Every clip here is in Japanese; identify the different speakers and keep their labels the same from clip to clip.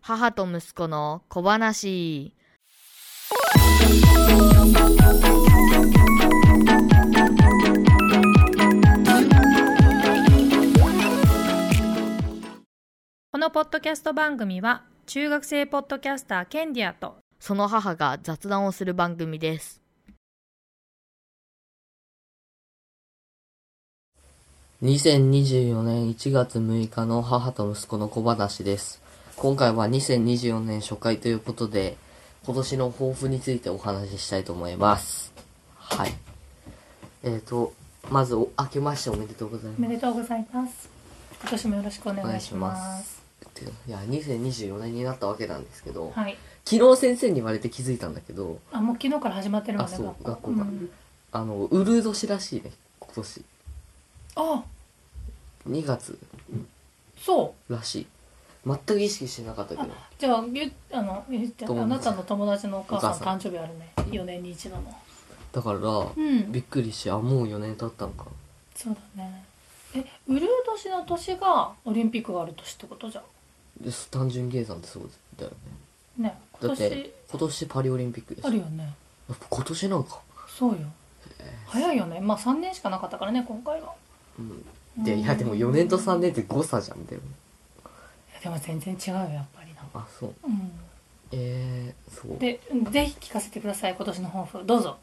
Speaker 1: 母と息子の小話。
Speaker 2: このポッドキャスト番組は中学生ポッドキャスターケンディアと
Speaker 1: その母が雑談をする番組です。
Speaker 3: 2024年1月6日の母と息子の小話です。今回は2024年初回ということで、今年の抱負についてお話ししたいと思います。はい。えーと、まずお、明けましておめでとうござい
Speaker 2: おめ
Speaker 3: ます。
Speaker 2: でとうございます今年もよろしくお
Speaker 3: お
Speaker 2: 願いします
Speaker 3: 願いします。っていや、2024年になったわけなんですけど、
Speaker 2: はい
Speaker 3: 昨日先生に言われて気づいたんだけど、
Speaker 2: あもう昨日から始まってるもんね
Speaker 3: あそう学校
Speaker 2: う
Speaker 3: が
Speaker 2: ん、
Speaker 3: あの、うるう年らしいね、今年。
Speaker 2: あ
Speaker 3: 2月
Speaker 2: そう
Speaker 3: らしい。全く意識してなかったけど。
Speaker 2: じゃあゆあのゆあ
Speaker 3: 友達
Speaker 2: なたの友達のお母さん
Speaker 3: お母さん
Speaker 2: 誕生日あるね4年に一度の
Speaker 3: だから、
Speaker 2: うん
Speaker 3: びっくりしてあもう4年経ったのか
Speaker 2: そうだねえウルー年の年がオリンピックがある年ってことじゃん
Speaker 3: です単純計算ってそうだよね
Speaker 2: ね
Speaker 3: だ
Speaker 2: 今
Speaker 3: って
Speaker 2: 年
Speaker 3: 今年パリオリンピックです
Speaker 2: あるよね
Speaker 3: やっぱ今年なんか、
Speaker 2: そうよ早いよねまあ3年しかなかったからね今回は
Speaker 3: うん、でいやでも4年と3年って誤差じゃんだよね
Speaker 2: いやでも全然違うよやっぱりな
Speaker 3: あそう
Speaker 2: うん
Speaker 3: えー、そう
Speaker 2: でぜひ聞かせてください今年の抱負どうぞ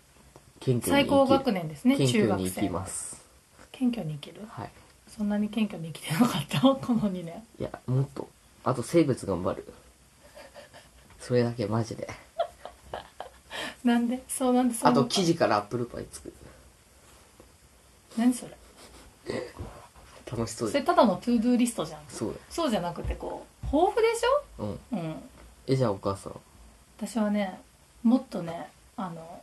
Speaker 3: 謙虚に
Speaker 2: 最高学
Speaker 3: 年
Speaker 2: 年ですね
Speaker 3: 謙
Speaker 2: 中
Speaker 3: 虚
Speaker 2: 学
Speaker 3: に行き
Speaker 2: 生
Speaker 3: ます
Speaker 2: 謙虚に生きる
Speaker 3: はい
Speaker 2: そんなに謙虚に生きてなかった この2年
Speaker 3: いやもっとあと生物頑張るそれだけマジで
Speaker 2: なんでそうなんでそう
Speaker 3: あ
Speaker 2: 思
Speaker 3: と
Speaker 2: った
Speaker 3: 生地からアップルパイ作る
Speaker 2: 何それ
Speaker 3: 楽しそう
Speaker 2: それ
Speaker 3: で
Speaker 2: ただのトゥードゥーリストじゃん
Speaker 3: そう
Speaker 2: そうじゃなくてこう抱負でし
Speaker 3: だうん
Speaker 2: ょうん
Speaker 3: えじゃあお母さん
Speaker 2: 私はねもっとねあの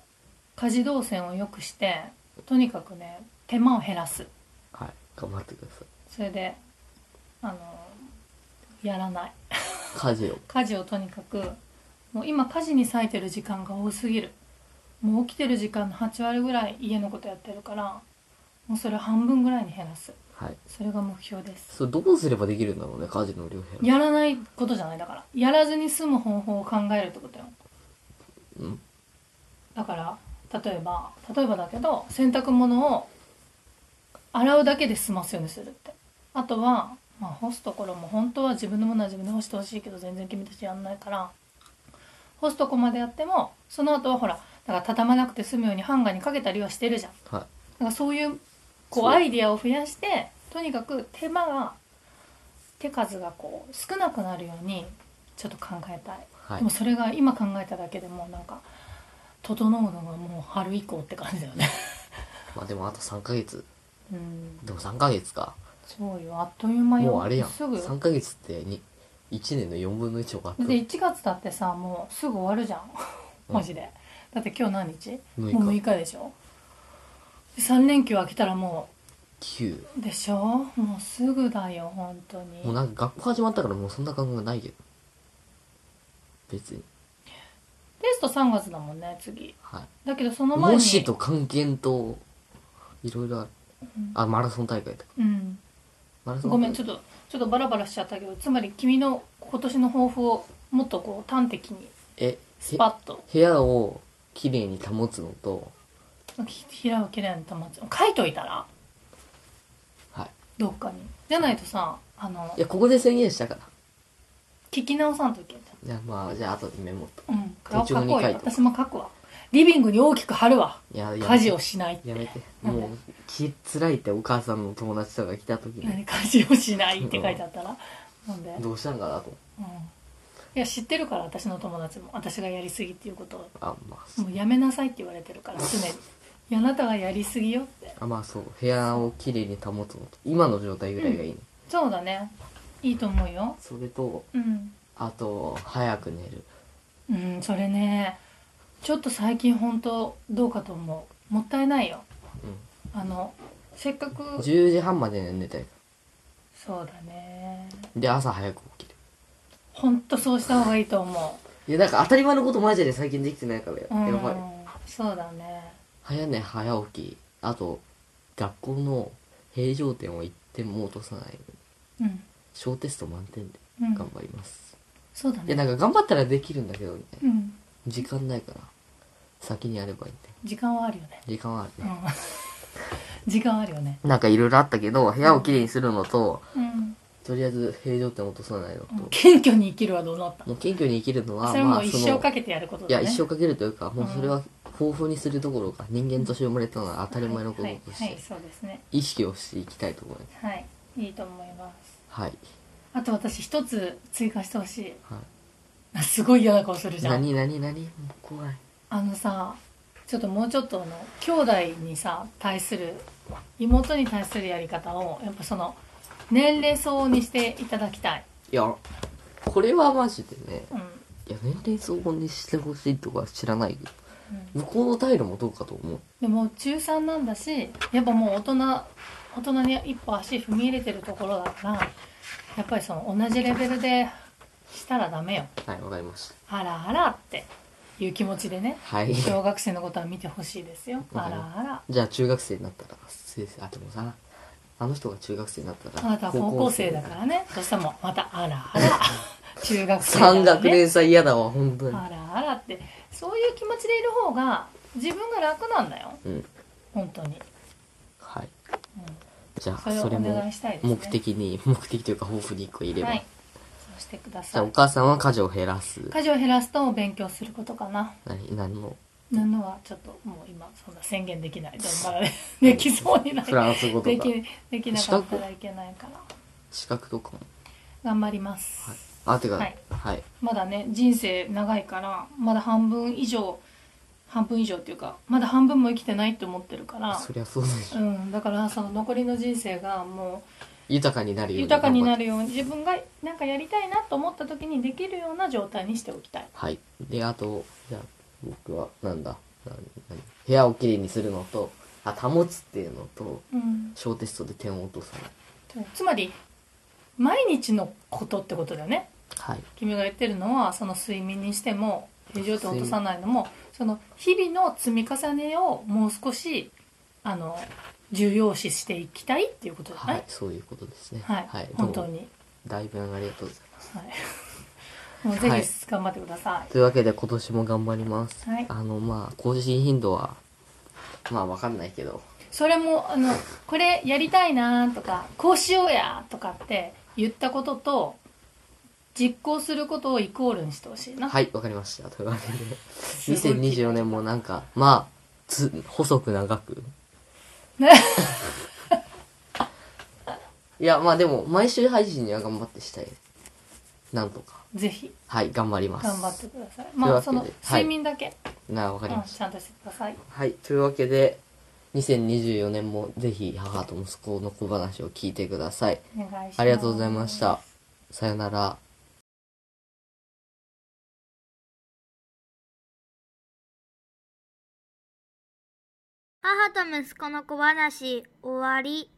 Speaker 2: 家事動線を良くしてとにかくね手間を減らす
Speaker 3: はい頑張ってくださ
Speaker 2: それであのやらない
Speaker 3: い家事を
Speaker 2: 家事をとにかくもう今家事に割いてる時間が多すぎるもう起きてる時間の8割ぐらい家のことやってるからもうそれを半分ぐらいに減らす
Speaker 3: はい
Speaker 2: それが目標です
Speaker 3: それどうすればできるんだろうね家事の両辺
Speaker 2: やらないことじゃないだからやらずに済む方法を考えるってことよ
Speaker 3: うん
Speaker 2: だから例えば例えばだけど洗濯物を洗うだけで済ますようにするってあとは、まあ、干すところも本当は自分のものは自分で干してほしいけど全然君たちやんないから干すとこまでやってもその後はほらだから畳まなくて済むようにハンガーにかけたりはしてるじゃんだ
Speaker 3: はい
Speaker 2: からそういうこう
Speaker 3: そう
Speaker 2: アイディアを増やしてとにかく手間が手数がこう少なくなるようにちょっと考えたい
Speaker 3: は
Speaker 2: でもそれが今考えただけでもうなんか整うのがもう春以降って感じだよ ね
Speaker 3: まあでもあと3ヶ月。
Speaker 2: うん
Speaker 3: でも3ヶ月か。
Speaker 2: そうよあっという間よ
Speaker 3: もうあれやん。
Speaker 2: すぐ
Speaker 3: 3ヶ月ってに1年の4分の1を買っ
Speaker 2: で
Speaker 3: て
Speaker 2: 1月だってさもうすぐ終わるじゃん
Speaker 3: うん
Speaker 2: マジでだって今日何日
Speaker 3: 六日
Speaker 2: もう6日でしょ3連休明けたらも
Speaker 3: 9。
Speaker 2: うでしょもうすぐだよ本当
Speaker 3: もう
Speaker 2: に
Speaker 3: なんか学校始まったからもうそんな感覚ないけど。別に。
Speaker 2: テスト3月だもんね次
Speaker 3: はい。
Speaker 2: だけどその前に
Speaker 3: 模試と関係と、いろいろある。あ、マラソン大会とか。
Speaker 2: うん
Speaker 3: マラソン
Speaker 2: ごめんちょ
Speaker 3: っ
Speaker 2: っとちょっとバラバラしちゃったけどつまり君の今年の抱負をもっとこう端的に
Speaker 3: と。え、
Speaker 2: ス
Speaker 3: へ
Speaker 2: パッと
Speaker 3: 部屋をきれいに保つのと、
Speaker 2: ひ平をきれいに保つ書いといたら
Speaker 3: はい。
Speaker 2: どっかにじゃないとさあの
Speaker 3: いや、ここで宣言したから。
Speaker 2: 聞き直さんといけんじ
Speaker 3: じゃあまあ、じゃあ後でメモと。
Speaker 2: ゃんうん
Speaker 3: 手帳
Speaker 2: 書
Speaker 3: に
Speaker 2: こう
Speaker 3: 書
Speaker 2: よ
Speaker 3: いて
Speaker 2: 私も書くわリビングに大きく貼るわ
Speaker 3: いや、やめて
Speaker 2: 家事をしないって
Speaker 3: やめて。
Speaker 2: なんで
Speaker 3: もう、き、辛いってお母さんの友達とか来た時に。
Speaker 2: 何家事をしないって書いてあったらなんで、うん、い
Speaker 3: どうしたんかなと
Speaker 2: や知ってるから私の友達も私がやりすぎっていうことを
Speaker 3: あまあ
Speaker 2: もうやめなさいって言われてるから常にいやあなたがやりすぎよって
Speaker 3: あまあそう部屋をきれいに保つのと今の状態ぐらいがいいね、
Speaker 2: そうだねいいと思うよ
Speaker 3: それと
Speaker 2: うん
Speaker 3: あと早く寝る
Speaker 2: うんそれねちょっと最近本当どうかと思うもったいないよ
Speaker 3: う
Speaker 2: あのせっかく
Speaker 3: ん10時半まで寝たい
Speaker 2: そうだね
Speaker 3: で朝早く起きる
Speaker 2: 本当そうした方がいいと思
Speaker 3: いやなんか当たり前のことマジで最近できてないからや,、
Speaker 2: ううん
Speaker 3: やばい
Speaker 2: そうだね
Speaker 3: 早寝早起きあと学校の平常点を一点も落とさない
Speaker 2: うん
Speaker 3: 小テスト満点で
Speaker 2: うん
Speaker 3: 頑張ります、
Speaker 2: そうだ
Speaker 3: いや、な
Speaker 2: ね
Speaker 3: んか頑張ったらできるんだけど、みたいな。
Speaker 2: うん
Speaker 3: 時間ないから。先にやればいいんだよ
Speaker 2: 時間はあるよね
Speaker 3: 時間はある
Speaker 2: う
Speaker 3: ね。
Speaker 2: ん 時間はあるよね
Speaker 3: なんかいろいろあったけど、部屋をきれいにするのと、
Speaker 2: うん
Speaker 3: とりあえず平常点を落とさないのと、
Speaker 2: 謙虚に生きるはどうなった
Speaker 3: もう謙虚に生きるのは、
Speaker 2: それは
Speaker 3: ま
Speaker 2: も
Speaker 3: あ、
Speaker 2: う
Speaker 3: そ
Speaker 2: 一
Speaker 3: の、
Speaker 2: 生かけてやること
Speaker 3: いや、
Speaker 2: だね
Speaker 3: 一生かけるというか、もううんそれは豊富にするどころか、人間として生まれたのは当たり前のこととし
Speaker 2: はいはい、
Speaker 3: て
Speaker 2: はい、、そうですね
Speaker 3: 意識をしていきたいと思います。
Speaker 2: はいいいと思います
Speaker 3: はい。
Speaker 2: あと私一つ追加してほしい
Speaker 3: は
Speaker 2: あすごい嫌な顔する
Speaker 3: い。
Speaker 2: じゃん
Speaker 3: 何、何、何もう怖い。
Speaker 2: あのさちょっともうちょっとあの兄弟にさ対する妹に対するやり方をやっぱその年齢相応にしていただきたい、
Speaker 3: いや、これはマジでね、
Speaker 2: うん
Speaker 3: いや、年齢相応にしてほしいとか知らないけど、
Speaker 2: うん
Speaker 3: 向こうの態度もどうかと思う。
Speaker 2: でも中3なんだしやっぱもう大人大人に一歩足踏み入れてるところだからやっぱりその同じレベルでしたらダメよ
Speaker 3: はい、わかりました。
Speaker 2: あらあらっていう気持ちでね
Speaker 3: はい。
Speaker 2: 小学生のことは見てほしいですよあらあら
Speaker 3: じゃあ中学生になったら、先生、あ、でもさ、あの人が中学生になったら、
Speaker 2: あなたは高校生だからねどうしてもまたあらあら 中学生だから、ね、
Speaker 3: 三学連載嫌だわ、本当に。
Speaker 2: あらあらってそういう気持ちでいる方が自分が楽なんだよ
Speaker 3: うん。
Speaker 2: 本当に、
Speaker 3: はい。
Speaker 2: う
Speaker 3: じゃあ、
Speaker 2: ん、そ
Speaker 3: そ
Speaker 2: れ
Speaker 3: れ
Speaker 2: をお願
Speaker 3: も
Speaker 2: い、したいですね
Speaker 3: 目的に、目的というか、抱負に一個入れば。
Speaker 2: はい
Speaker 3: じ
Speaker 2: そうしてくだ
Speaker 3: ゃ
Speaker 2: さ
Speaker 3: あ、お
Speaker 2: い
Speaker 3: 母さんは家事を減らす。
Speaker 2: 家事を減らすと勉強することかな
Speaker 3: 何、何も。
Speaker 2: なのはちょっともう今そんな宣言できないでもまだねできそうにない
Speaker 3: フランス語と
Speaker 2: で
Speaker 3: か、
Speaker 2: きできなかったらいけないから
Speaker 3: 資格とかも。
Speaker 2: 頑張ります、
Speaker 3: はい。あ、てか、
Speaker 2: はい
Speaker 3: はい。
Speaker 2: まだね人生長いからまだ半分以上半分以上っていうかまだ半分も生きてないって思ってるから
Speaker 3: そりゃそうでし
Speaker 2: う
Speaker 3: ょ。
Speaker 2: んだからその残りの人生がもう
Speaker 3: 豊かになるように。
Speaker 2: 豊かにな
Speaker 3: る。
Speaker 2: るように自分がなんかやりたいなと思った時にできるような状態にしておきたい
Speaker 3: はい。で、あと、じゃあ、僕は、なんだ、な何部屋をきれいにするのと、あ、保つっていうのと、
Speaker 2: うん
Speaker 3: 小テストで点を落とさない。
Speaker 2: つまり毎日のことってことだよね
Speaker 3: はい。
Speaker 2: 君が言ってるのはその睡眠にしても平常点を落とさないのもその日々の積み重ねをもう少しあの重要視していきたいっていうことだね
Speaker 3: はい、そういうことですね。
Speaker 2: はい、
Speaker 3: はい、
Speaker 2: 本当
Speaker 3: どうも。
Speaker 2: に、
Speaker 3: だいぶありがとうございます。
Speaker 2: はい、 もうぜ
Speaker 3: はい
Speaker 2: ひ頑張ってくださ
Speaker 3: というわけで今年も頑張ります。
Speaker 2: はい
Speaker 3: あの、まあ、更新頻度は、まあ、わかんないけど、
Speaker 2: い、それもあのこれやりたいなとかこうしようやとかって言ったことと実行することをイコールにしてほしいな、
Speaker 3: はい、わかりました。というわけで、
Speaker 2: すごい
Speaker 3: 2024年もなんか、まあ、つ、細く長く。
Speaker 2: ね
Speaker 3: いや、まあでも、毎週配信には頑張ってしたい。なんとか。
Speaker 2: ぜひ
Speaker 3: はい、頑張ります。
Speaker 2: 頑張ってくださいまあ
Speaker 3: と
Speaker 2: そ
Speaker 3: いうわ
Speaker 2: の
Speaker 3: けではい
Speaker 2: 睡眠だけ、
Speaker 3: なあ、わかり
Speaker 2: うん
Speaker 3: ました。
Speaker 2: ちゃんとしてください
Speaker 3: はい、というわけで、2024年もぜひ母と息子の小話を聞いてください。
Speaker 2: お願いします
Speaker 3: ありがとうございました。さよなら。
Speaker 4: 母と息子の小話終わり